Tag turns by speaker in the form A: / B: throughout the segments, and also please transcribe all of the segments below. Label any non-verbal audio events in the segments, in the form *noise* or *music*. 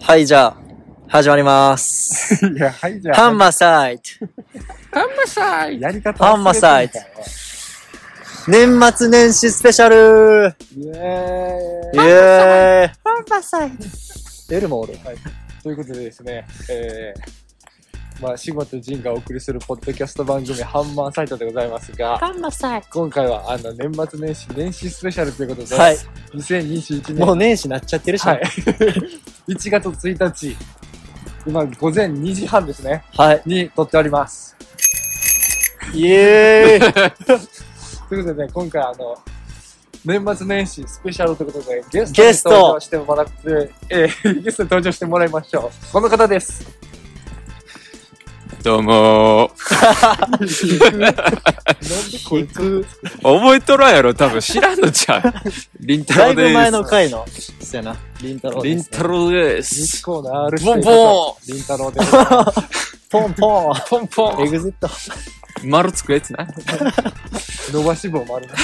A: はい、じゃあ、始まり
B: *laughs*
A: ます。
C: いや、はいじゃあ。
A: ハンマーサイト。
B: ハンマサイ
C: やり方
A: ハンマーサイト年末年始スペシャル
C: イ
A: イ
C: エーイ
A: エーイハンマーサイト。出るもん、俺。
C: ということでですね、えー、まあ、柴田仁がお送りするポッドキャスト番組、ハンマーサイトでございますが、
A: ンマーサイ
C: 今回は、あの、年末年始、年始スペシャルということで、
A: はい。
C: 2021年、
A: もう年始なっちゃってるし。
C: は
A: はい
C: い。。1月1日、今、午前2時半ですね、
A: はい。
C: に撮っております。
A: イ
B: *laughs*
A: エーイ
C: ということでね、今回あの、年末年始スペシャルということで、ゲス
A: ゲス
C: ト
A: ト
C: に登場してもらって、えー *laughs* ゲストに登場してもらいましょう。この方です。
B: どうもー。
C: なんでこい
A: 行く。
B: 覚えとらんやろ多分知らんのち
A: *laughs*
B: ゃう。りんた
A: だ
B: ろ
A: いう
B: で
A: ぶ
B: す。
A: 前の回の、そうやな。りんたろう
B: り
A: で
B: ん
A: すね
B: たろうで
C: 日
B: す。
C: 光の R
B: ボン
C: ボ
B: ボ
C: ンりんたろうです。
A: ポンポン。
B: ポンポ
A: エ
B: ン。
A: グジット。
B: 丸つくやつな。
C: 伸ばし棒もあるな。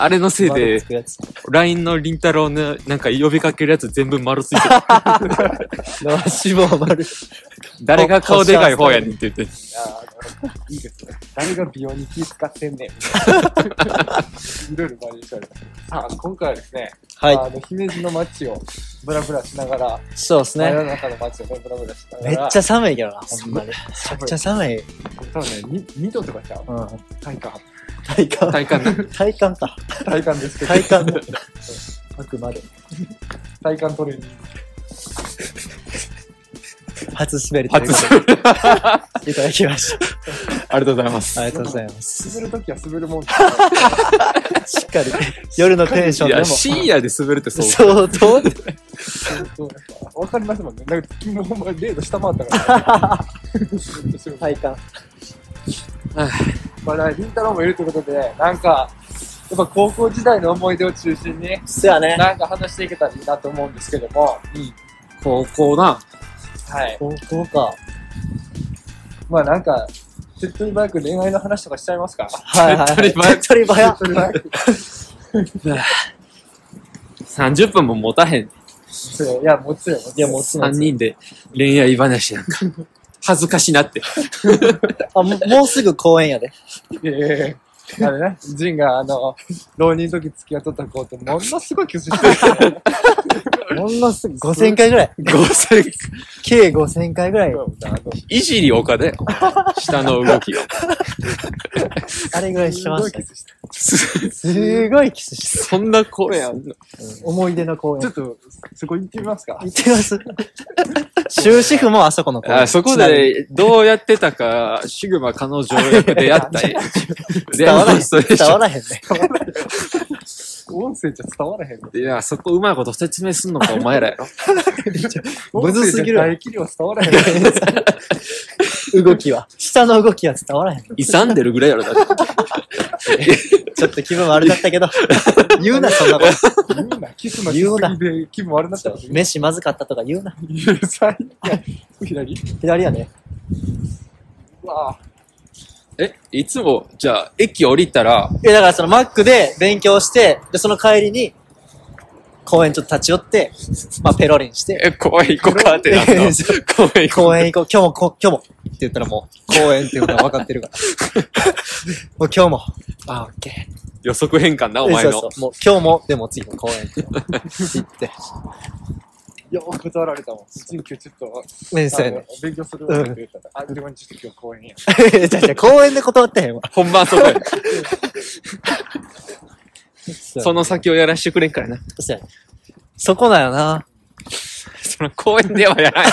B: あれのせい
A: 丸
B: で
A: つ、くやつ
B: LINE のりんたろうのなんか呼びかけるやつ全部丸つ
A: *laughs*
B: いてる。
A: 伸ばし棒丸。
B: 誰が顔でかい方やねんって言って。
C: あーなるほどいいですね。誰が美容に気使ってんねん。 *laughs* いろいろバリエーションあります。さあ、今回はですね、
A: は
C: あの、姫路の街をブラブラしながら、
A: い。そうです
C: 真
A: ね。
C: 夜中の街をねブラブラしながら
A: めっ、ちゃ寒いけどな、ほんまに。めっ
C: 寒い
A: ちゃ寒い。
C: 多分ね、2度とかちゃう
A: うん。
C: 体感。
A: 体感。
B: 体
A: *laughs*
B: 感な。
A: 体感か。
C: 体感ですけど。
A: 体感 *laughs* だ。あくまで。
C: 体感トレーニング。
A: 初滑りという
B: 初
A: こ。とでいただきまし
B: ありがとうございます
A: た。あ。りがとうございます。
C: 滑るときは滑るも
A: *laughs*
C: ん。
A: しっかり、夜のテンション
B: い
A: で
B: や、
A: も。
B: 深夜で滑るってそう。
A: 相当
C: そうわかりますもんね。なんか、もうほんまに0度下回ったから、ね。は
A: 体
C: い。
A: 感。
C: まあ、りんたろうもいるということで、なんか、やっぱ高校時代の思い出を中心に、
A: そやね。
C: なんか話していけたらいいなと思うんですけども、
B: 高校な。
C: はい。
A: 高校か。
C: まあなんか、手っ取り早く恋愛の話とかしちゃいますか
A: はいはいはい。
B: 手っ
A: 手っ取り
C: 手
A: 早
C: っ取り早く。
B: 30分も持たへん。
C: そういや、もちろん。
A: いや、もうつ
B: 3人で恋愛話なんか。恥ずかし
A: *laughs*
B: なって。
A: あ、もうもうすぐ公演やで。
C: ええあれね、ジンが、あの、浪人の時付き合っとった子と、ものすごいキスしてる。
A: ほんのすぐ5000回ぐらい。
B: 5000
A: 計5000回ぐらい。
C: あの
B: いじり岡で、下の動
A: *laughs*
B: きを。 *laughs*
A: あれぐらいしてましたね。
C: すごい
B: す
A: すごいキスし
B: そんな声あんの
A: た。思い出の公
C: キスちょ
A: 演
C: っ。と、そこ行ってみますか
A: 行ってます。終止符もあそこの公園
B: *laughs* あそこで、どうやってたか、シグマ彼女役でやった *laughs* り。
A: 伝わらへん。
B: そうでし
A: 伝わ
B: ょ。
A: らへんね。
C: 音声じゃ伝わらへんの。
B: いや、そこうまいこと説明すんのか、お前 *laughs* らやろ。
A: むずすぎる
C: 音声じゃ大気量伝わらへんの。
A: *laughs* 動きは。下の動きは伝わらへん。
B: 勇んでるぐらいやろ、だって。
A: ちょっと気分悪かったけど。言うな、そんなこ *laughs*
C: 言うな、キスのしすぎで気分悪なっちゃう
A: と。。飯まずかったとか言うな。
C: 言う最悪。左
A: 左やね。
C: うわあ
B: え、いつも、じゃあ、駅降りたら、
A: いや、だからそのマックで勉強して、で、その帰りに、公園ちょっと立ち寄って、まあ、ペロリンして、
B: え、公園行こうかってなった。公園行こ
A: 公園行こう、今日もこ、今日もって言ったらもう、公園っていうのは分かってるから。
B: *laughs*
A: もう今日も。あ、オッケー。
B: う。予測変換な、お前
A: そうそう。
B: の。
A: もう今日も、でも次も公園って言
B: *laughs*
A: って。
C: いや、断られたもん。ジン今日ちょっと、
A: ね、そう
C: あ
A: や
C: の
A: ね。
C: 勉強するわって言ったら、あ、でもちょっと今日公園や。
A: じゃじゃ公園で断ってへんわ。
B: 本番そこや。 *laughs* そ
A: そ
B: の先をやらしてくれんからな。
A: うやね。そこだよな。
B: その公園ではやら *laughs* ない。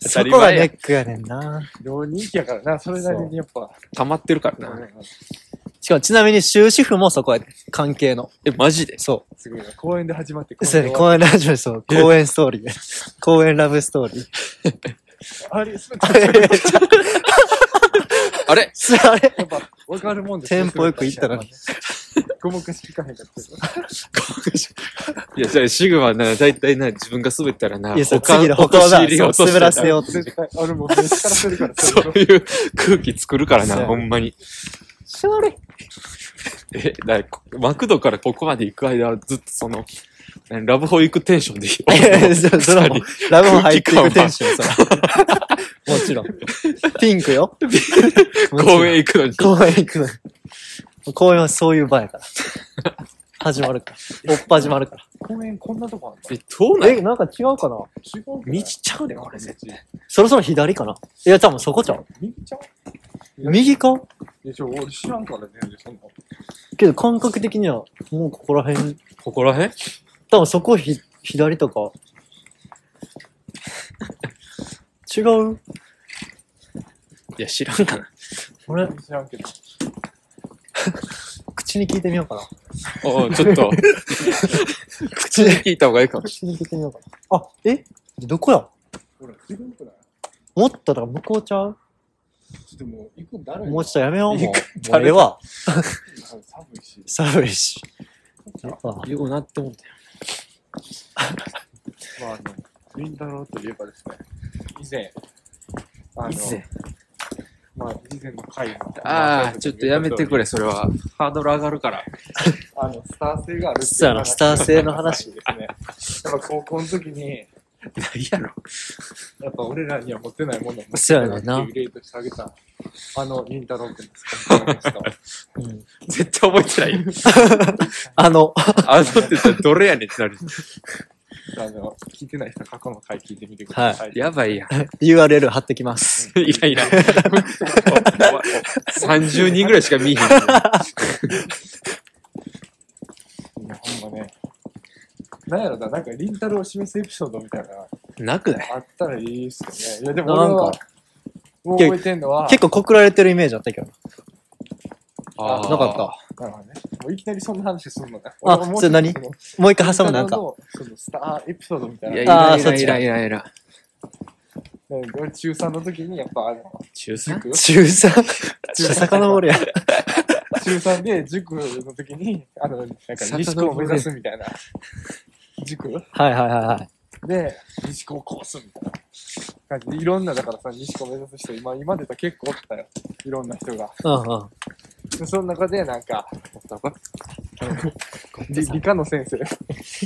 A: そこが
B: や
A: ネックやねんな。
C: 浪人期やからな、それなりにやっぱ。
B: 溜まってるから
C: う
B: な。
C: ん
A: しかもちなみに終止符もそこや、関係の。
B: え、マジで
A: そ
C: すごいな。公園で始まって、
A: う。そうやね、
C: 公園
A: 公園ラジオそう、公園ストーリー。公園ラブストーリ
B: *laughs*
A: ー。
C: であれ、すべて
A: あれ
B: あれ
A: あれ
C: やっぱ、わかるもんです
A: テンポよく行ったのに。。
C: ごまかし聞かへんかった
B: いや、じゃあ、シグマな、だいたいな、自分が滑ったらな、
A: いや、そう、
B: 他
A: 次の歩
B: 他
A: 行
B: を
A: だ。
B: 知り落
A: そ
B: と
A: う滑
B: してな
A: らせようって。
C: 絶対、あれもう、めっちゃするから、
B: そういう空気作るから
A: そう
B: な、
A: や
B: ほんまに。
A: しょうがない
B: え、だからこマクドからここまで行く間はずっとその、ラブホ行くテンションでいい
A: そそれはもうラブホ入っていくテンション、それは。
B: *laughs*
A: もちろん。ピンクよ。もちろん
B: 公園行くのに。
A: 公園行くのに。公園はそういう場やから。始まるから。おっぱ始まるか
C: 公園こんなとこあんだ。
B: え、どうな
A: ら。
B: ん
A: え、なんか違うかな
C: 違う
B: 道ちゃうね、これ絶
C: 対。
A: そろそろ左かないや、多分そこちゃう。
C: 右ちゃう
A: 右か
C: でしょ、俺知らんからね、そんな。
A: けど感覚的には、もうここら辺、
B: ここら辺
A: 多分そこひ、左とか。違う
B: いや、知らんかな。
A: あれ
C: 知らんけど。
A: 口に聞いてみようかな。
B: おうちょ
A: *laughs*
B: っと、口に聞いた方がいいかもし
A: 口に聞いてみようかな。あ、えどこや
C: ほら、自分くらい。
A: もっとだから向こうちゃう
C: でも、行くん誰
A: もうちょっとやめよう、もう。も
B: く
A: うええわ。
C: 寒いし。
A: 寒いし。あ
B: れない。ようなって思ったよ。
C: まあ、あの、りんたろうといえばですね、以前、あの、
B: 以前
C: まあ、以前の回の。
B: ああ、ちょっとやめてく
C: れ。
B: れ、それは。ハードル上がるから。
C: あの、スター性があるっていう話
A: そうやなスター性の話
C: ですね。やっぱ高校の時に、
B: ないやろ。
C: やっぱ俺らには持ってないものを持って
A: そうやねんな
C: っていう例としてあげた、あの、りんたろうくんです。わかりました
A: うん。
B: 絶対覚えてないよ。
A: あの、
B: あのって言ったらどれやねんってなる。
C: あの、聞いてない人は過去の回聞いてみてください。
B: やばいやん。
A: URL 貼ってきます。
B: *laughs* いらんい *laughs* らん。30人ぐらいしか見えへん。
C: いや、ほんまね。なんやろな、なんか、りんたろうを示すエピソードみたいな、
B: なくない
C: あったらいいっすよね。いや、でも
A: な
C: 俺
A: ん
C: は
A: か、、
C: もう覚えてんのは、
A: 結構告られてるイメージあったけど
C: あ
A: な。なかっ
C: なるほどね。もういきなりそんな話すんのね。
A: あ
C: 俺ももう
A: それ何
C: ちょっと
A: た。もう一回挟
C: その
A: むなんか。
C: りんたろうのそのスターエピソードみたい
B: い
C: な。
B: や、
C: い
B: い
C: や、
A: あ
B: ら
A: ー
B: んい
A: そっ
B: らん
A: ち
B: い
A: か
B: らんいらんいらん。
C: 俺中3の時に、やっぱ、あの、
B: 中3
C: 塾
A: 中3 *laughs* 中遡るやん。
C: 中3で塾の時に、あの、なんか西高を目指すみたいな。塾
A: はいはいはいはい。
C: で、西高コースみたいな感じで、いろんな、だからさ、西高目指す人、今、今出たら結構おったよ。いろんな人が。
A: うんうん。
C: で、その中で、なんか、 *laughs* 理理科の先生、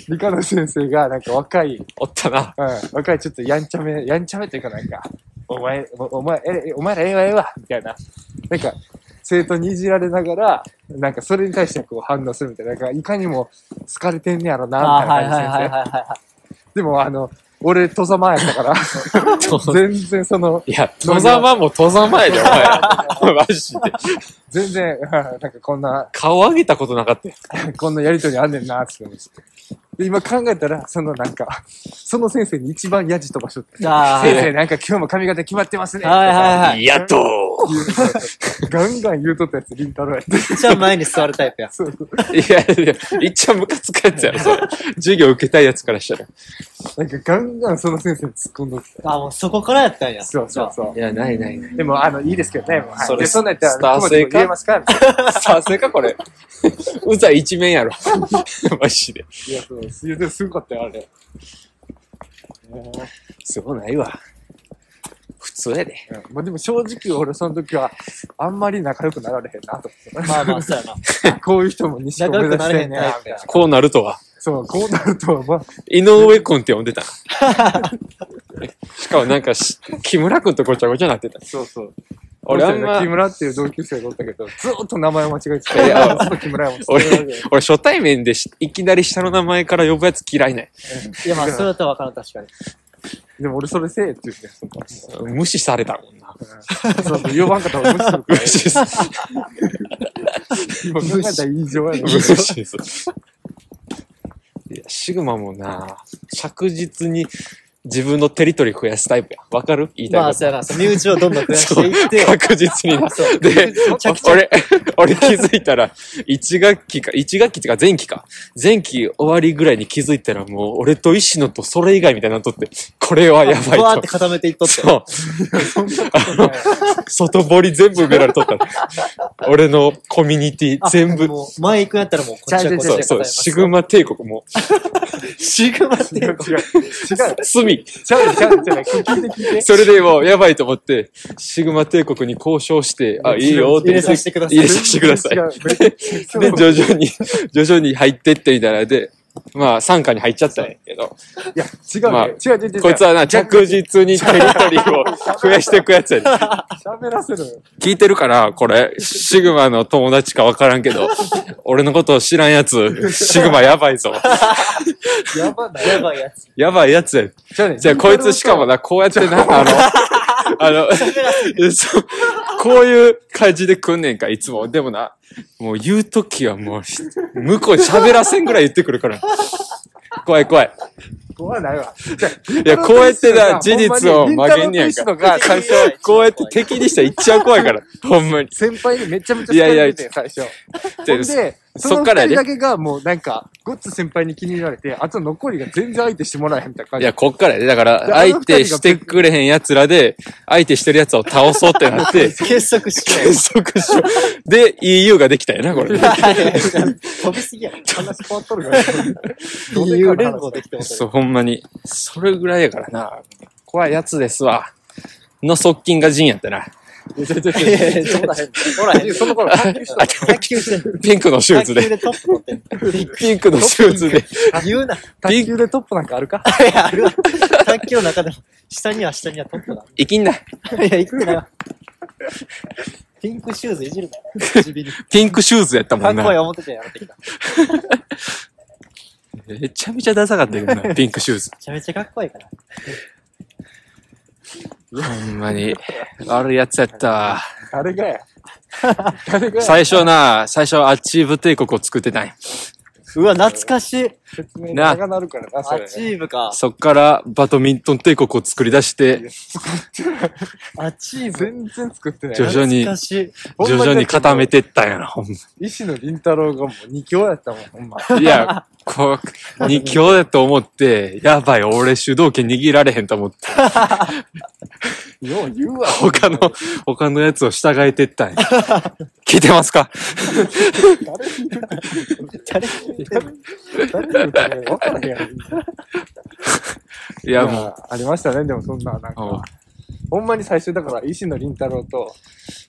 C: 理科の先生が、なんか若い、
B: おったな。
C: うん、若いちょっとやんちゃめ、やんちゃめというかなんか、お前、おお前、ええ、お前らええわええわ、みたいな。なんか、生徒にいじられながら、なんかそれに対してこう反応するみたいな。なんか、いかにも好かれてんねやろな、みたいな感じ先生。
A: いは *laughs*
C: でも、あの、俺、戸様やったから、
A: *laughs*
C: 全然その、
B: いや、戸様も戸様やで、お *laughs* 前。マジで。
C: 全然、 *laughs* うんなんかこんな、
B: 顔上げたことなかったよ。
C: こんなやりとりあんねんな、って思って。で、今考えたら、そのなんか、その先生に一番やじ飛ばしとって。
A: い。あ
C: 先生、なんか今日も髪型決まってますね。
A: はいはいはい
B: いやっと
C: 言うてたガンガン言うとったやつ、りんたろやって。
A: あ、じゃあ前に座るタイプや。
C: そうそう
B: いやいや、いっちゃムカつくやつやろ、それ。授業受けたいやつからしたら。
C: なんかガンガンその先生に突っ込んどって
A: あ、もうそこからやったんや。
C: た。そうそうそ
B: や、ないないない。
C: う。でも、あの、いいですけどね。もうはい
B: それ
C: で、そんなんやったら、
B: スター
C: 僕も
B: 性か
C: 言えますかみたい
B: さすがこれ。うざい一面やろ。 *laughs* マジで。
C: な。いや、そう。いや、でもすごかったよ、あれ。
B: そうないわ。普通やで。
C: うんまあでも正直俺その時はあんまり仲良くなられへんなと思って
A: まあまあ、そうやな。
C: たこういう人も西高目指してん
A: 仲良くな
C: ねや
A: れへんタイ
C: み
A: プ
C: たい
A: や
C: な
B: こうなるとは。
C: そうこうなるとまあ
B: 井上くんって呼んでたなしかもなんかし、木村くんとごちゃごちゃなってた。
C: そうそう
B: 俺あんま
C: 木村っていう同級生がおったけどずーっと名前間違えて
B: い
C: た
B: や
C: ずっと木村やもん
B: 俺、俺初対面でしいきなり下の名前から呼ぶやつ嫌いない。
A: いやまあ、それだったらわからん、確かに。
C: でも俺それせえって言ってその
B: 無視されたもんな。
C: そうそう、呼ばんかったら無視するか
B: 無
C: ら。
B: 視す。
C: 今考えたら異常や
B: 無
C: ね
B: 視す。いや、シグマもな、着実に自分のテリトリー増やすタイプや。わかる言いたい
A: ま
B: こ
A: あ、
B: と。
A: そうやな。その身内をどんどん増やしていって、
B: 確実にな。で
A: 着々、
B: 俺、俺気づいたら、1学期か、1学期っていうか前期か。前期終わりぐらいに気づいたらもう、俺と石野とそれ以外みたいになっとって、これはやば
A: バーっ
B: い
A: て
B: と。
A: 固めていっとって。
B: そう。外堀全部埋められとった。俺のコミュニティ
A: あ
B: 全部。
A: もう前行くんやったらもうこっちはこっちで
B: そう
A: 固
B: そ
A: め
B: う、
A: ます。
B: シグマ帝国もう、
A: シグマって
C: 違う違
A: いう
C: う。違う。
B: 罪。
C: ちゃうちゃうちゃう。聞いて聞いて。
B: それでもう、やばいと思って、シグマ帝国に交渉して、あ、いいよっ
A: 入
B: て
A: れさせてください
B: 入れさせてください
C: 違。う。めっちゃ
B: で、徐々に、徐々に入ってってみたいなので、まあ、参加に入っちゃったんやけど、
C: いや、違うね。
B: まあ
C: 違う違う違う違う。
B: こいつはな、着実にテリトリー *laughs* を増やしていくやつやね
C: 喋らせるのよ。
B: 聞いてるから、これ、シグマの友達かわからんけど、俺のことを知らんやつ、シグマやばいぞ。
C: やばない。
A: やばいやつ。
B: やばいやつや。
C: じゃあね
B: じゃあ、こいつしかも。な、こうやってな、あの、 *laughs* あの、そう、こういう感じで来んねんか、いつも。でもな、もう言うときはもう、向こう喋らせんぐらい言ってくるから。怖い怖い。
C: 怖ないわ。じゃあ
B: いや、こうやってな、事実を曲げんねやん
C: りんたろーと
B: か。
C: 石野が
B: ちゃんと、こうやって敵にしたら一番怖いから。ほんまに。
C: 先輩にめちゃめちゃ好かれてて、最初。
B: じゃあ
C: ほんで、
B: そ
C: そ
B: そ
C: の
B: っから
C: 二
B: やで
C: 人だけがもうなんか、ごっつ先輩に気に入られて、あと残りが全然相手してもらえへんみたいない感じ。
B: や、こっからやで。だから、
C: いやあの
B: 相手してくれへん奴らで、相手してる奴を倒そうってな *laughs* って、
A: 結束しない。
B: 結束しよう。で、EU ができたよな、これ。
A: 飛びすぎやろ。
C: 話変わっとるから。どうでかな
A: いう連合できてます
B: そう、ほんまに。それぐらいやからな。怖いやつですわ。の側近が陣やったな。
A: いやいやちょうだいほらへん。
C: その頃、卓球した
A: 卓球してんの
B: *laughs* ピンクのシューズ
A: 卓球
B: で。
A: でトップ持ってん
B: ピンクのシューズで。
A: の。言うな。い
C: 卓球でトップなんかあるか
A: や、あるわ卓球の中でも、下には下にはトップだ。
B: 生きんな。
A: いや、行くなよ。ピンクシューズいじるなよ。唇。
B: ピンクシューズやったも
A: かっ
B: ん
A: こいい
B: な。
A: 思ってたやろってきた。め
B: めちゃめちゃダサかったけど *laughs* な、ピンクシューズ。
A: ちゃめちゃかっこいいから。
B: ほんまに。悪いやつやったわ。 *laughs*
C: 誰がや。誰がや。
B: 最初な、最初アチーブ帝国を作ってたんや。
A: うわ、懐かしい。
C: 説明が長なるからな、そ
A: ア
C: れ。
A: チーブか。
B: そっからバドミントン帝国を作り出して、
A: アチーブ。
C: 全然作ってない
B: 徐。々に
A: 懐かしい。
B: 徐々に固めてったんやな、ほん
C: 石野凛太郎がもう二強やったもん、ほんま。
B: ま。いや、こう、二強だと思って、やばい、俺主導権握られへんと思って、
C: よう言うわ。
B: 他の、他のやつを従えてったんや。聞いてますか
A: 誰が言ってんの
C: 誰が言うかね分からへんやろみんない
B: や、もう。
C: ありましたね、でもそんな、なん
B: おう
C: か。ほんまに最初だから、石野凛太郎と、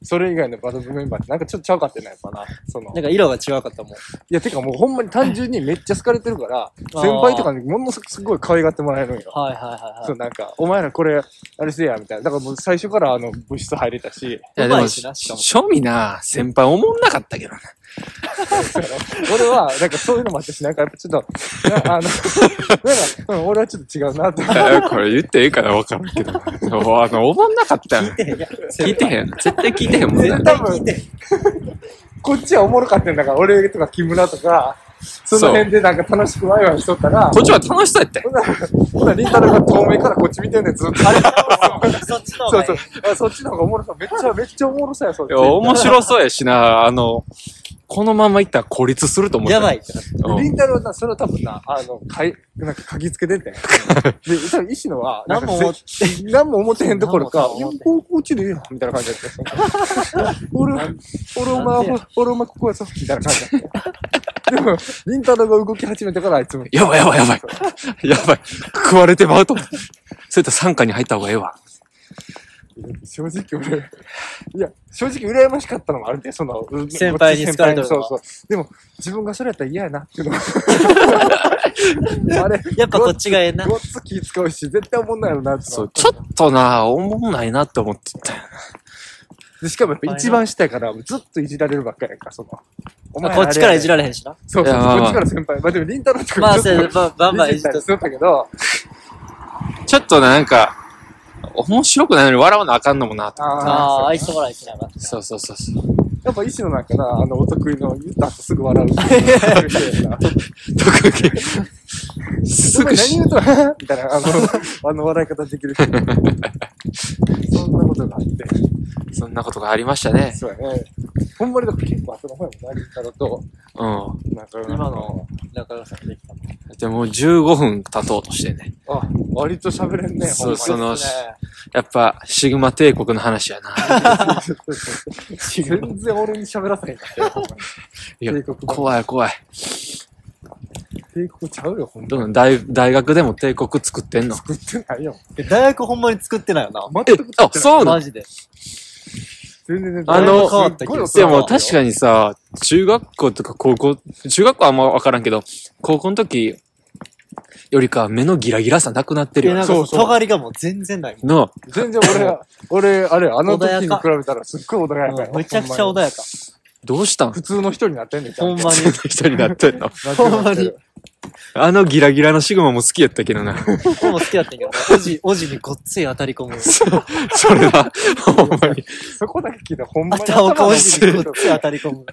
C: それ以外のバド部メンバーってなんかちょっとちゃうかってないかな。その。
A: なんか色が違かったもん。
C: いや、てかもうほんまに単純にめっちゃ好かれてるから、先輩とかにものすごい可愛がってもらえるんよ。
A: はいはいはい
C: そ
A: は
C: う、なんか、お前らこれ、あれせや、みたいな。だからもう最初からあの、部室入れたし、
B: いや、
A: う
B: で
A: ま
B: も、
A: いしなしかも
B: 庶味な先輩思んなかったけどな。
C: 俺は、なんかそういうのもあったし、なんかやっぱちょっと、なあの、なんか、うん、俺はちょっと違うなと。
B: あ *laughs* これ言っていいかなわからんけど。もうあの、思んなかったよ。
A: い。いや
B: 聞いてへん。絶対聞いてへんもんな
A: 絶。対聞いて。
C: こっちはおもろかったんだから、俺とか木村とか、その辺でなんか楽しくワイワイしとったら、
B: こっちは楽しそうやったよ
C: ほんなら、ほんなら、りんたろーが遠目からこっち見てんねん、ずっと。あれ
A: そっちの方
C: そ
A: がい
C: う
A: い
C: そう。あそっちの方がおもろさ、めっちゃ、めっちゃおもろさや、そっ
B: い
C: ち。
B: や、面白そうやしな、あの、このままいったら孤立すると思った。
A: やばいってなって。
B: うん。
C: りんたろーな、それは多分な、あの、かい、なんか、嗅ぎつけ
A: *laughs*
C: てんねん。で、多分、石野は、なんか
A: 何も思っ
C: せ何も
A: *laughs*
C: 思ってへんどころか、
A: 何も
C: いや
A: 思ってへん
C: ここっちでいいよ、みたいな感じ
A: *laughs*
C: だった。俺、俺、お
A: なん
C: 前
A: でや、
C: 俺、お前、ここやぞ、みたいな感じだった。でも、りんたろーが動き始めてから、あいつも。
B: やばいやばいやばい。やばい。 *laughs* 食われてまうと思う。それと参加に入った方がええわ。
C: 正直俺、いや、正直羨ましかったのもあるんで、その、う
A: 先輩に好かれてるの
C: そ
A: は
C: うそう。でも、自分がそれやったら嫌やなっていう
A: *laughs*
C: のがあれ、
A: やっぱこっちがええな。
C: ごっつ気使うし、絶対おもんないやろなって
B: そう、
C: の
B: ちょっとな、思んないなって思ってたよ
C: で、しかもやっぱ一番下やから、ずっといじられるばっかりやんか、その。お
A: まあこっちからいじ
C: ら
A: られへんしな。
C: そうそう
B: いや
C: そう、
B: まあまあ
C: こっちから先輩。まあでも、りんたろーとか
A: まあ、
C: ち
A: せ
C: ょっ
A: や
C: と
A: バンバンバン
C: い
A: い
C: じ
A: じった
C: っ
A: て
C: り。するんだけど、
B: ちょっとなんか、面白くないのに笑わなあかんのもなと。
A: ああ、
C: ああ
A: 愛、想笑いしながら。
B: そうそうそうそう。
C: やっぱ石野なんかな、あの、お得意の言った後す
A: *laughs*
C: ぐ笑う。
B: 特技。すぐ
C: 何
B: し
C: 言、うとみたいな、あの、あの笑い方できる人。そんなことがあって。
B: そんなことがありましたね。
C: そうやね。ほんまにだから結構後の方やもんな、りんたろーと。
B: うん。
C: なんか、
A: 今の中川さんできたもん。
B: でもう15分経とうとしてね。
C: あ、割と喋れんね、
B: そう
C: ほんまに
B: そのやっぱ、シグマ帝国の話やな。
C: 全然俺に喋らせへんかったよ、ほんま
B: いや
C: に。帝国、
B: 怖い怖い。
C: 帝国ちゃうよ、ほんま
B: どんどん大大学でも帝国作ってんの。
C: 作ってないよ。
A: え大学ほんまに作ってないよな。
C: 全
B: え
C: く作ってない。、
B: あ、そうなの
A: マジで。
C: 全然全然。
B: あの
C: すっごい大人
B: でも確かにさ、中学校とか高校、中学校はあんまわからんけど、高校の時よりか目のギラギラさなくなってる
A: で、
B: よ
A: な
B: な。
A: んか
C: そ
A: そうう、
C: そう
A: 尖りがもう全然ないもん。
B: なあ
C: 全然俺は、俺、あれ、あの時に比べたらすっごい穏やかや
A: うんめちゃくちゃ穏
C: やか。
A: やか。
B: どうしたん
C: 普通の人になってんねん、
A: ほんまに。
B: 人になってんの。
C: ちゃんと。
A: ほんまに
B: あのギラギラのシグマも好きやったけどな。 *laughs*
A: 俺も好きだったん *laughs* やけど、おじ、おじにごっつい当たり込む。
B: それは、ほんまに。
C: そこだけ聞いたらほんまに
A: 片岡おじに
C: 頭
A: ご
C: が
A: っつい *laughs* 当たり込む。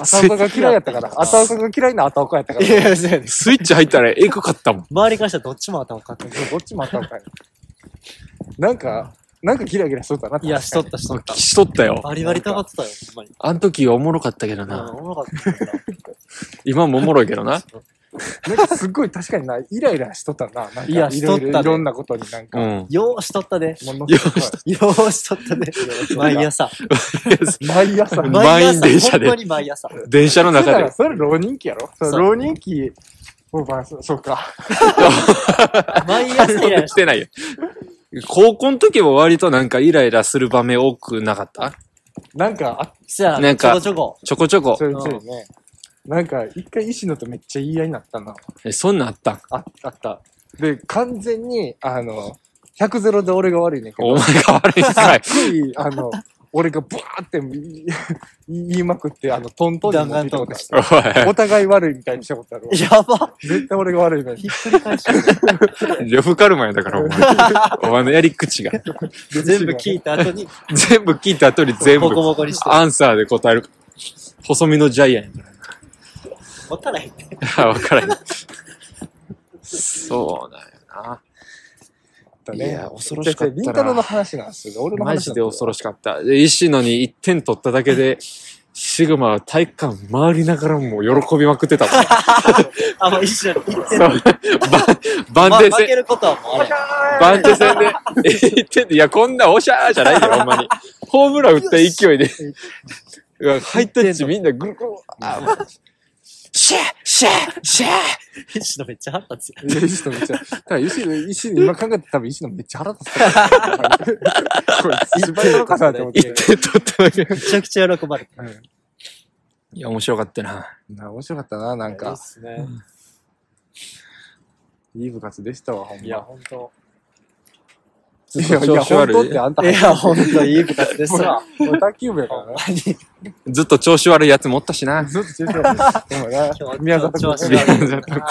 C: 朝岡が嫌いやったから。朝岡が嫌いな朝岡やったか
A: *laughs* い
C: ら。
A: やいや、そうやね
B: スイッチ入ったらエグかったもん。
A: 周りからしたらどっちも頭かってる。
C: どっちも朝岡や。なんか、なんかギラギラしとったなって。
A: いや、しとったしとった。
B: しとったよ。
A: バリバリ尖ってたよ、ほんまに。
B: あの時おもろかったけど
A: うん、
B: な。
A: おもろかったな。
B: 今もおもろいけどな。
C: なんかすっごい確かにな、イライラしとったな。なんか
A: いやしとったね
C: いろいろいろんなことになん
B: う
C: か。
B: ん。
A: ようしとったで。
C: ものすごい
A: ようしとったで。 *laughs* 毎朝。
C: 毎朝。
B: ま
A: 毎朝。
B: 満員電車で
A: ほんまに毎朝。
B: 電車の
C: だか
B: 中
C: ら、
B: で。
C: それ浪人期やろそれ
A: そう
C: 浪人期、もうまあ、そそうか。
A: 毎朝イライラし
B: してないよ。高校の時も割となんかイライラする場面多くなかった
C: なんかあって
A: た。
B: なんか
A: ちょこ
B: ちょこちょこ
C: ち。ょいちょいね。なんか、一回石野とめっちゃ言い合いになったな。
B: え、そんなんあったん
C: ああった。で、完全に、あの、100ゼロで俺が悪いねんけ
B: お
C: ど、す
B: 前が悪いんかい。 *laughs*
C: っごい、あの、俺がブワーって言い *laughs* 言いまくって、あの、トントンに持ってたことある
B: お
C: お互い悪いみたいにしたことあるわ
A: ちょこ。やば。
C: 絶対俺が悪い
B: *laughs*
C: のに。
A: ひっくり返し
B: い。呂布カルマやだから、お前。 *laughs* お前のやり口が。
A: 全部聞いた後に、
B: 全部聞いた後に全部 *laughs*
A: ボコボコにして。
B: アンサーで答える。細身のジャイアンや *laughs* か
A: 持たないって。
B: ら。わからん。そうなんや
C: だ
B: な。いや、恐ろしか
C: 違う違うりん
B: った
C: たろーの
B: な。
C: 話なんですよ。俺の話
B: マジで恐ろ
C: し
B: しかった。で、石野に1点取っただけで、シグマは体育館回りながらもう喜びまくってたもん。
A: あ、もう一緒に言ってん
B: そ
A: の。
B: うば
A: まあ、
B: 番手
A: 負け
B: 戦、
A: ることはもうあれ。
B: 番手戦で、1点で、いや、こんなおしゃーじゃないよ、ほんまに。ホームラン打った勢いで。うわハイタッチみんなグルグル、あもうシャーシャーシャー
A: 一緒のめっちゃ腹立つよ。
C: い。や石野めっちゃ。だから石野、石野、今考えて多分石野めっちゃ腹立つから。これ、芝居なのかなって思って。
B: 1点取っただけ。
A: めちゃくちゃ喜ばれた。
C: う
B: いや、面白かったな。
C: ん。な面白かったな、なん
A: いいっ
C: か。
A: すね。
C: いい部活でしたわ、ほんま。
A: いや、ほんと。
C: いや、いや、
B: 調子
C: 本
B: 悪い
C: 当ってあんた
A: い、や、ほんといい部活ですわ。
C: 俺卓球部やから
A: ほん
C: な
A: ま。に。
B: ずっと調子悪いやつ持ったしな。
C: ずっと中止でもな
A: 今日、
C: 宮里君
A: 調子悪い
B: 宮里君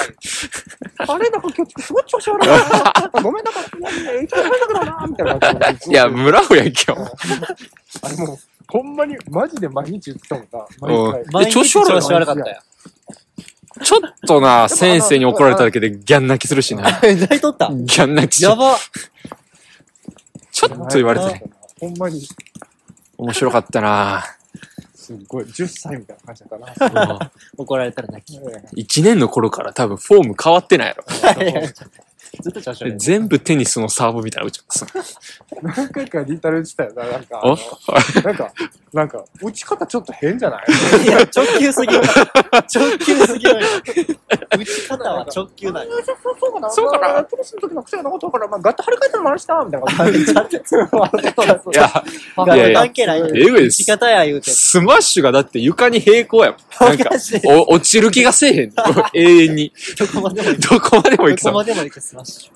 C: あれなんか今日すごい調子
A: *laughs*
C: 悪いな。ごめんなさい。いつもだからな、みたいな感じ
B: いや、村尾やんけ、お前
C: あれもう、ほんまに、マジで毎日言ってたもんな。毎
B: うん
A: 毎日
B: 調
A: 調
B: 子悪いの
A: 子悪かったよ。
B: ちょっとな、先生に怒られただけでギャン泣きするしな。
A: え、泣いとった
B: ギャン泣きし
A: やば。
B: ちょっ
C: 回。
B: と言われてね。
C: ほんまに、
B: 面白かったな。
C: すっごい、10歳みたいな感じだった *laughs* な。
B: もう
A: 怒られたら泣き。
B: 一年の頃から多分フォーム変わってないやろ。
A: ずっと調子悪い。
B: 全部テニスのサーブみたいなの打ちます。
C: 何回かリタルしたよな、なんかあ
B: お
C: の。なんか、なんか、打ち方ちょっと変じゃない
A: いや、直球すぎる。直球すぎる。打ち方は直球だよ。
C: そうかな
B: そうかな
C: まあテニスの時の癖が残ったから、まあ、ガッと張り替えたのもあるしな、みたいな感じで。 *laughs*
B: いや、
A: だ
B: いや
A: か
B: いや
A: ら関係ない。
B: えぐい
A: 打
B: です
A: ち方や言うて。
B: スマッシュがだって床に平行やもん。なんか
A: おかしい、
B: お落ちる気がせえへん。 *laughs* 永遠に。
A: どこまでも行く。
B: どこまでも
A: ど
B: 行く
A: こ
B: ぞ。
A: までも行くスマッシュ。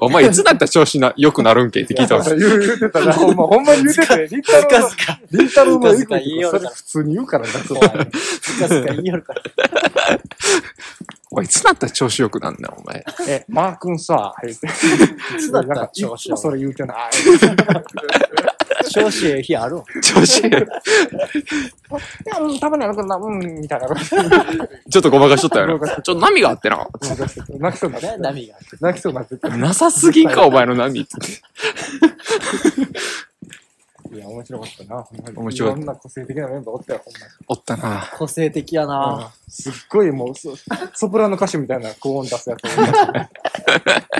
B: お前いつだったら調子な、良くなるんけって聞いたもん。
C: 言うてたな。ほんま、ほんまに言うてたよ。りんた
A: スカ
C: ろ
A: スカ。
C: ー、りんたろーの
A: ず
C: 意
A: っと言いよるか
C: 見そ
A: ら
C: れ普通に言うからな、そ
A: 怖いスカスカ言いよるから。
B: お前いつだったら調子良くなんだ、お前。
C: え、マー君さ、言うて
A: いつだった
C: な
A: ら
C: んか、い
A: 調子
C: つもそ
A: 悪
C: れ言うてない。
A: い。調子ええ日あるん
B: 調子、
C: いや、うん、たまにあるからな、うん、みたいな感じで。
B: ちょっとごまかしとったよ
C: ご
B: な。
C: まか
B: ち
C: し
B: ょっと波があってな。
C: 泣きそうになって
A: ね、
C: た。
A: 波が。
C: 泣きそうになってた。
B: なさすぎんか、お前の波。
C: いや、面白かったな、ほんまに。
B: 面白かっ
C: いろ
B: た
C: んな個性的なメンバーおったよ、ほんまに。
B: おったな。
A: 個性的やな。
C: すっごいもうソ、ソプラノ歌手みたいな高音出す *laughs* や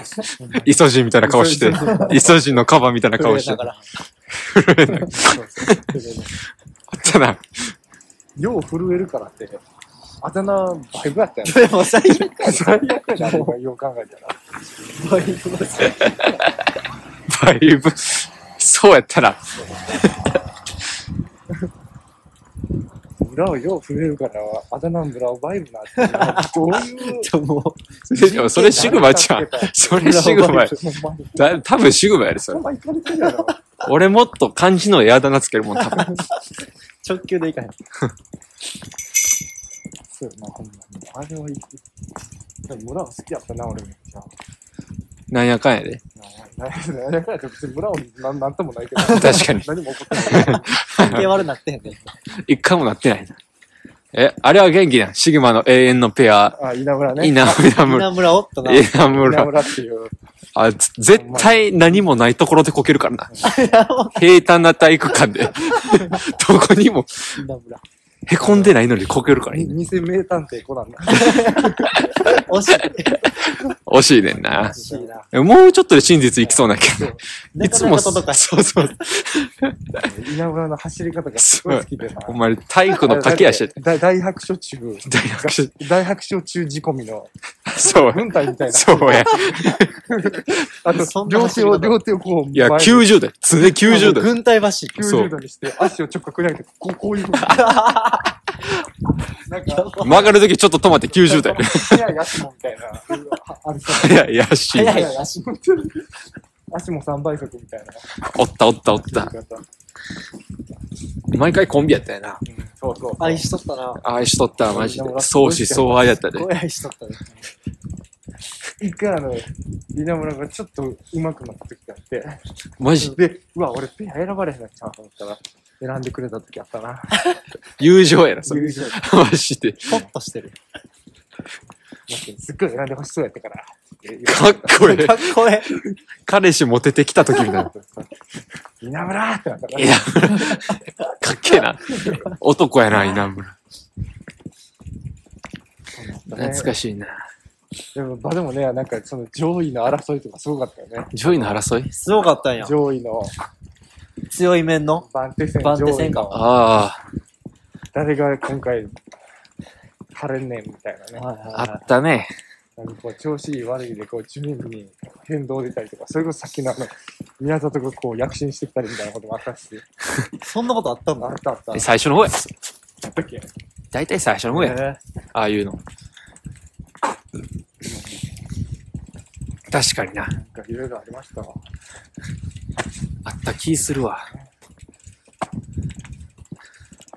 C: つ。
B: イソジンみたいな顔して。イソジンのカバーみたいな顔して。
A: だか
B: あ
A: ら。
B: ったな。
C: よう震えるからって、あだ名、バイブやったよね。
A: でも最悪
C: 最悪やな、よう考えたら。
A: の言い方
B: バイブ。そうやったら、
C: 村をよう触れるから、あだ名村をバイブなっていうのはどういう。
A: じゃあもう、
B: でもそれシグマちゃん。それシグマや。
C: ほんまに
B: だ多分シグマやで、そ
C: ほん。ま
B: れ
C: 行かれてるやろ。
B: 俺もっと漢字のやだ名つけるもん、多 *laughs* 分。
A: 直球でい
B: *laughs*
A: かへん。
C: そうやな、ほんまに。あれは行く。でも村を好きやったな、俺めっちゃ。
B: なんやかんやで。
C: なななんやかんやって別に村はなんなんともないけど。
B: 確かに。
C: 何も起こってない。
A: 関係悪なってへんで。
B: 一回もなってないな。え、あれは元気なんシグマの永遠のペア、
C: あ、稲村ね。
B: 稲村、
A: 稲村おっとな。
B: 稲
C: 稲
B: 村。
C: 村っていう。
B: あ、つ絶対何もないところでこけるからな。平坦な体育館で、 *laughs* どこにも
A: 稲村。
B: へこんでないのにこけるからいいね。
C: 偽名探偵コナンな。
A: 惜しい。
B: 惜しいねんな
A: 惜。しいな。
B: もうちょっとで真実いきそうなけどね。い
A: な
B: つ
A: かな
B: も、
A: か
B: そう
A: 届かへん。
B: そう。
C: 稲村の走り方がすごい好きでな。
B: お前、体育の竹やしてて。
C: 大大白書中、
B: 大学生
C: 大白書中仕込みの
B: *laughs* そう。
C: 軍隊みたいな。
B: そうや。
C: あ
A: そん
C: と、
A: な
C: 両
A: 走
C: 手
A: り方
C: を、両手をこう、
B: いや、
C: 前に
B: 90代。常90代。
A: 軍隊走り。
B: そう
C: 90度にして、足を直角に上げて、こう、こういうふうに。なんか、
B: 曲がるときちょっと止まって90代。
C: 速い足もみたいな。うわあある
B: いや、いやし。
A: 早い
C: 速い足も。足も3倍速みたいな。
B: おったおったおっ
C: 走
B: た。
C: り方うん
B: 毎回コンビやったよな。
C: そうそう。
A: 愛しとったな。
B: 愛しとったわ、マジで。相思相愛やったで。
A: 声愛しとったね。
C: 一回あの、稲村がちょっと上手くなった時があって、
B: マジ。
C: で、うわ、俺ペア選ばれへんなっちゃうと思ったら、選んでくれた時あったな。
B: 友情やな、それ。
C: 友情だ
B: マジで。
A: ポッとしてる。
C: ってすっごい選んでほしそうやったから。
B: かっこいい。
A: かっこえ
B: 彼氏モテてきたときみたいな。
C: い。稲村ってなったから
B: 稲村。かっけえな。男やな、稲村。懐かしいな。
C: でも、まあでもね、なんかその上位の争いとかすごかったよね。
B: 上位の争い
A: え。すごかったんや。
C: 上位の
A: 強い面の。
C: 番手戦、
A: 番手
C: 上
A: 戦
C: 位
A: か
C: の
B: あ
C: 誰が今回、晴れんねんみたいなね。
A: はいはい
B: あ、
A: は
B: あ
A: い
B: ったね。
C: なんかこう、調子いい悪いで、こう、順位に変動出たりとか、それこそさっきのあの、宮里がこう、躍進してきたりみたいなこともあったし、
A: そんなことあったん
C: あっ
A: だ。
C: たあった。あ
B: え最初の方や。
C: ったっけ
B: 大体最初の方や。
A: え
B: ああいうの。確かにな。
C: なんかいろいろありましたわ。
B: あった気するわ。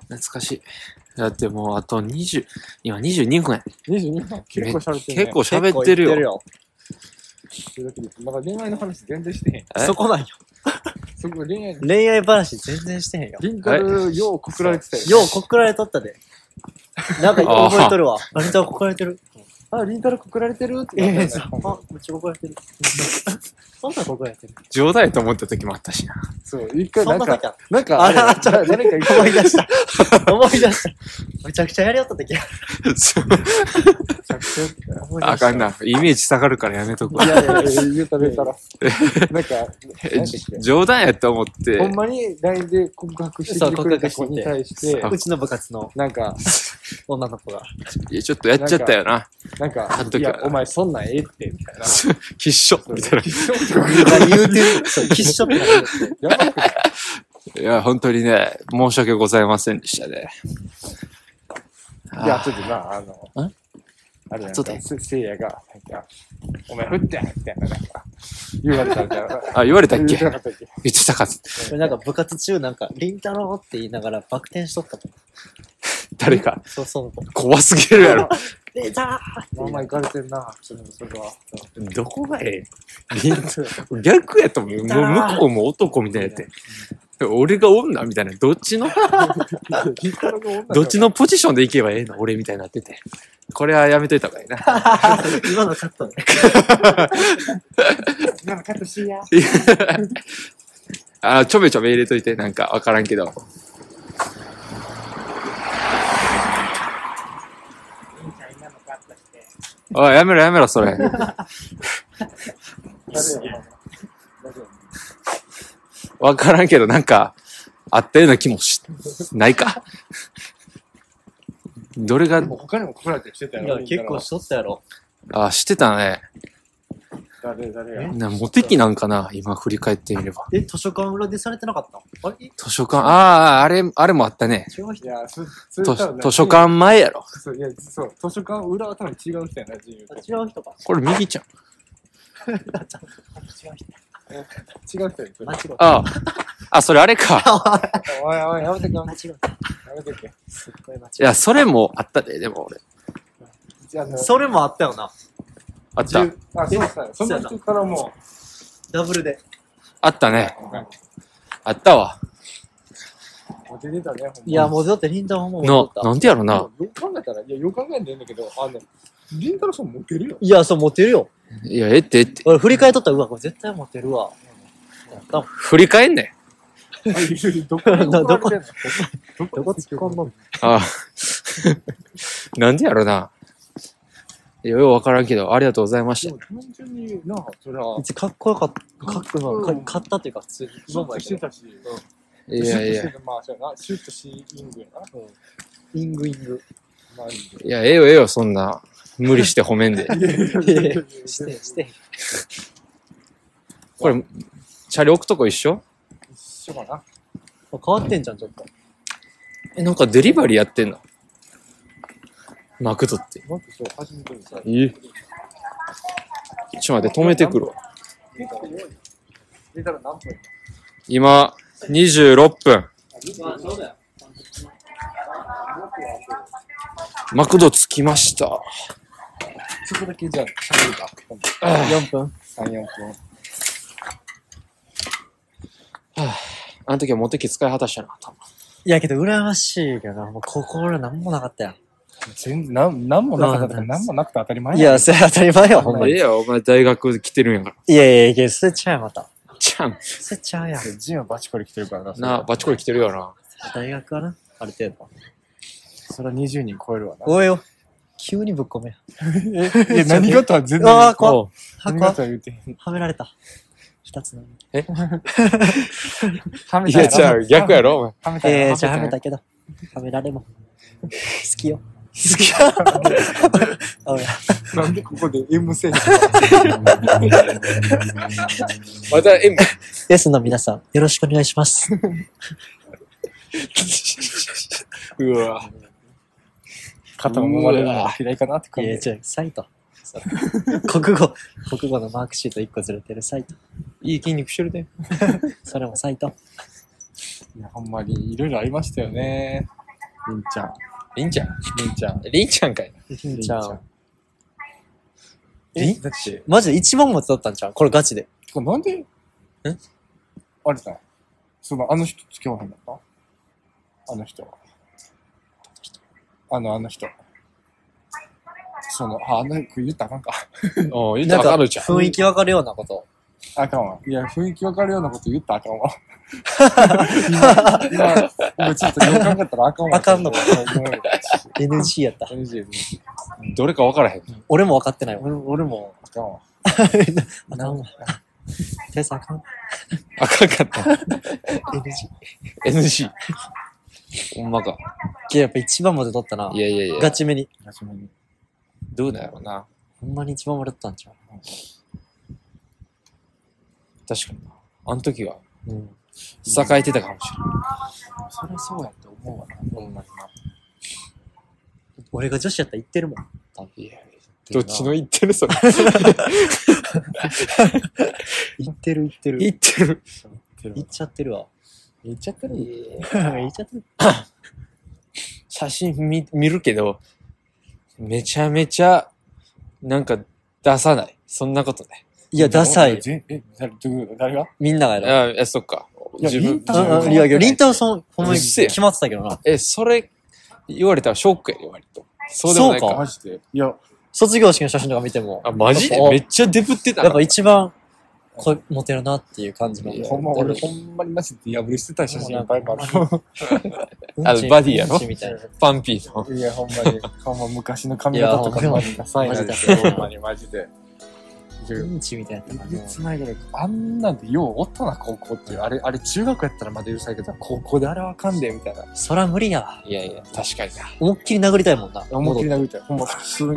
B: 懐かしい。だってもうあと20、今22分や。
C: 22分、結構喋ってる、ね。
B: 結構喋ってるよ。
A: よ。
C: まだ恋愛の話全然してへん。
B: え
A: そこなんよ。
C: そこ恋愛、
A: 恋愛話全然してへんよ。
C: リンカル、よう告られてたよ。
A: よう告られとったで。なんか覚えとるわ。何と告られてる
C: あ、リンカル告られてるって
A: え
C: な
A: え、
C: った
A: そ
C: よね
A: う。あ、めっちゃ怒られてる。そんな怒られてる。
B: 冗談やと思った時もあったしな。
C: そう、一回なん
A: そんな
C: か
A: 時あっ、
C: なんか、
A: あらちょっと
C: 誰か一
A: 思い
C: 回、
A: 出した。 *laughs* 思い出した。めちゃくちゃやりよった時や。
B: そう
A: 思い出した
B: あかん。な。イメージ下がるからやめとくわ
C: い。やいやいや、言うたら言うたら。なんか、
B: え
C: なんだっけ
B: 冗談やと思って
C: ほ、んまに LINE で告白してきてくれた子に対して
B: そ、
A: うちの部活の
C: なんか、
A: 女の子が。
B: いやちょっとやっちゃったよな。
C: なんか
B: あの、
C: い
B: 時は
C: や、お前そんなんええって、みたいな。
B: 必勝みたい
A: 何言うてるそう、必勝ってなる
C: やばくない
B: な。いや、本当にね、申し訳ございませんでしたね。
C: いや、ちょっとな、あの、
B: ん
C: あれなん
B: ちょっ
C: か、せせいやが、なんか、お前振ってみたいな、なんか、言われたみたいな。
B: あ、言われたっけ
C: 言って
B: 言
C: なかったっけ
B: ってたか
A: これなんか部活中なんか、りんたろーって言いながらバク転しとったもん。
B: 誰か。
A: そうそう。
B: 怖すぎる
C: *laughs*
B: やろ。
A: で、じゃ
C: まあまあ行かれてんな、ちょっとそれは。
B: どこがええ *laughs* 逆やと思う。もう向こうも男みたいやって。俺が女みたいな。どっち *laughs* の、
C: リンカルが女だから
B: どっちのポジションでいけばええの俺みたいになってて。これはやめといた方がいいな。
A: あ今のカットね。
C: なんかカットしや。
B: あ、ちょめちょめ入れといて。なんかわからん *laughs* けど。おい、やめろやめろ、それ。わからんけど、なんか、あったような気もし、ないか。 *laughs* どれが
C: で、も他にも告られてしてた
A: い
C: よ。
A: や結構しとったやろ。
B: あ、してたね。
C: 誰、誰が。
B: なモテ期なんかな今振り返ってみれば。
A: え、図書館裏でされてなかったあれ
B: 図書館、ああ、あれ、あれもあったね。
A: 違う
C: い
A: 人
C: や、そ、そ
B: 図
C: れ多
B: 書
C: 分
B: 図書館前やろ。
C: そう、いや、そう、図書館裏は多分違う人やな、自由と。
A: 違う人か。
B: これ右ちゃん。
A: 違う人。
C: 違う人やそれ
A: 間違う。
B: ああ。あ、それあれか。
C: おいおい、やめてけ、や
A: 間違う。
C: めてけ。
A: すっごい間違
B: いや、それもあったで、でも俺。
C: じゃあ、あの
A: う。それもあったよな。
B: あった。
C: 自由あ、そうそう。その人からも
A: ダブルで。
B: あったね。
C: う、なんか
B: あったわ。
C: モテてたね、ほんま
A: いや、もうだってリンダももう
B: な
A: 戻、った
B: なんでやろな
C: よ。く考えたら、いや、よく考えんでいいんだけど、あの、りんたろさんモテるよ。
A: いや、そう、モテるよ。
B: いや、ええってええって。
A: 俺、振り返っとったら、うわ、これ絶対モテるわ。やったもん
B: 振り返んね
C: どこ
A: *laughs*
C: に
A: どこ
C: 怒られてんの
A: どこ突っ込んの
B: ん。ああ。 *laughs* なんでやろな。いやようわからんけど、ありがとうございまし
C: で
B: た。
C: も単純にな、それは
A: う、ちかっこよかった。かっこよかった
C: うん
A: か。勝ったっていうか、普通に。
C: シュ
A: 今
C: ッ
A: も
C: と
A: や
C: して
A: けど。
C: たし、
B: いやい
C: シュッとし
B: や
C: て。たまあ、そうやな、シュッとしイングやな。
A: イングイング。
C: マジで。
B: いや、ええよええよ、そんな。無理して褒めんで。
A: *laughs* して、して。
B: これ、チャリ置くとこ一緒
C: 一緒かな。
A: 変わってんじゃん、ちょっと。
B: え、なんかデリバリーやってんのマクドって。
C: なんかそう、初めて見た。
B: えちょっと待って、止めてくるわ。
C: 結構多い。出たら何分
B: 今、26分。マクド着きました。
C: そこだけじゃあ、喋るか。
A: 4分。
C: 3、4分。
B: あの時はモテ期使い果たしたな、多分。
A: いや、けど、羨ましいけどな。もう、心なんもなかったよ。
C: 全然、なん、なんもなかった
A: う
C: とか、
A: ん
C: なんもなくて当たり前
A: いや、
C: せ
A: それ当たり前よ、ほんま
B: ええ
A: に。
B: や、お前大学来てるんやから。
A: いやいやいや、捨てちゃうよ、また。
B: ちゃん。
A: 捨てちゃうやん。
C: ジンはバチコリ来てるからな。それ
B: な、バチコリ来てるよな。
A: 大学はな、ある程度。
C: それは20人超えるわな。
A: おいよ。急にぶっ込め。
C: い *laughs* や、何事は全
A: うわ
C: 然
A: ー、。
B: *laughs*
A: 怖っ
B: おう
C: 何
A: 箱
C: 事は言ってへん。
A: はめられた。二つの。
C: はめ
B: い
C: た
B: や、じゃあ逆やろ、お前。
C: はめたや
A: え
C: ろ
A: ー、じゃあはめ。
C: は
A: たけど。はめられも。好きよ。
B: 好き
A: *laughs* おい
C: めたなんでここで M 選手
B: また、 *laughs* え、
A: S の皆さん、よろしくお願いし *laughs* ます。
B: うわ。
C: 肩を揉まれるのが嫌いかなって
A: い
C: 感
A: や、
C: じ。
A: 違う、サイト。そう *laughs* 国語、国語のマークシート一個ずれてるサイト。
B: いい筋肉してるね。
A: *laughs* それもサイト。
C: いや、ほんまにいろいろありましたよね。りんちゃん、
B: りんちゃん。
C: りんちゃん。
B: りんちゃんかいな。
A: りんちゃん。
C: え、だって、
A: マジで一番持ちだったんじゃん。これガチで。
C: これなんで、んあれさ、その、あの人付き合わへんかったあの人は。あの、あの人。その、あ、あの、これ言ったらあかんか。
B: おう、言うた
A: なん
B: ら
A: か、
B: あかるじゃん。
A: 雰囲気わかるようなこと。
C: あかんわ。いや、雰囲気わかるようなこと言ったらあか
A: *laughs*
C: んわ。今、今、今ちょっとよく考えたらあかんわ。
A: あかんのか
C: ごめん
A: NG やった。
C: NG です
B: どれか分からへん。
A: 俺も分かってないわ。
C: 俺も俺もあかんわ。
A: *laughs* あ、なんも。テスあかん。
B: あかんかった。
A: NG。
B: NG。ほんまか。
A: いや、やっぱ一番まで取ったな。
B: いやいやいや。
A: ガチめに。
C: 真面目に
B: どうなんやろな。
A: ほんまに一番まで取ったんじゃん。
B: 確かにな。あの時は、
A: うん。
B: 栄えてたかもし
C: そりゃそうやって思うわな。ほんまに
A: 俺が女子やったら言ってるもん。
B: れん。いやどっちの言ってるそれ。
A: 言ってる言ってる。
B: 言ってる。
C: な。
A: 言っちゃってるわ。
C: 言っちゃったら
A: 言っちゃってる。
B: 写真見見るけど、めちゃめちゃ、なんか出さない。そんなことね。
A: いや、ダサいよ。
C: ぜえ、誰どういうこと誰が
A: みんながやろ。
B: あいや、そっか。
C: いや
B: 自
C: りん
B: 分
C: た。
A: う
C: ろ
A: んうんいやいや、りんたろーさん、ほんま
B: うっ
A: に
B: せえ
A: 決まってたけどな。
B: え、それ、言われたらショックやで、割と。そうでもない
A: そうか
B: か。
C: マジで。いや、
A: 卒業式の写真とか見ても、
B: あ、マジで
A: そう
B: めっちゃデブってたな
A: やっぱ一番、これ、モテるなっていう感じの。
B: いや
C: ほんま、俺ほんまにマジで破り捨てた写真いっぱいもあ
A: うん
B: あ
A: ち
B: バディやろ
A: うんちみたいな。
B: パンピーの。
C: る。いや、ほんまに。ほんま昔の髪型とか
A: いやほんま
C: マジダサいな
A: マジダサい
C: ほんまにマジで。
A: インチみたいなやったか
C: いつ前ぐらいかあんなんでようおったな、高校っていう。あれ、あれ、中学やったらまだ許されるけど、高校であれはあかんで、みたいな。
A: な。そら無理やわ。
B: いやいや、確かにな。
A: 思いっきり殴りたいもんな。
C: 思いっきり
A: 戻っ
C: 殴りたい。ほんま、普 *laughs* 通に。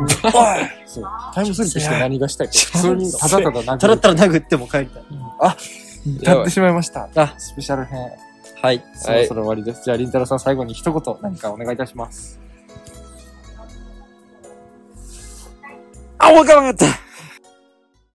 C: そう。タイムスリップして何がしたいか。普通に、ただただ殴
A: て
C: る。
A: ただったら殴っても帰りたい。
C: 立ってしまいました。
A: あ
C: スペシャル編。
A: はい。
C: そろそろ終わりです。じゃあ、りんたろーさん、最後に一言、何かお願いいたします。
A: あ、わからなかった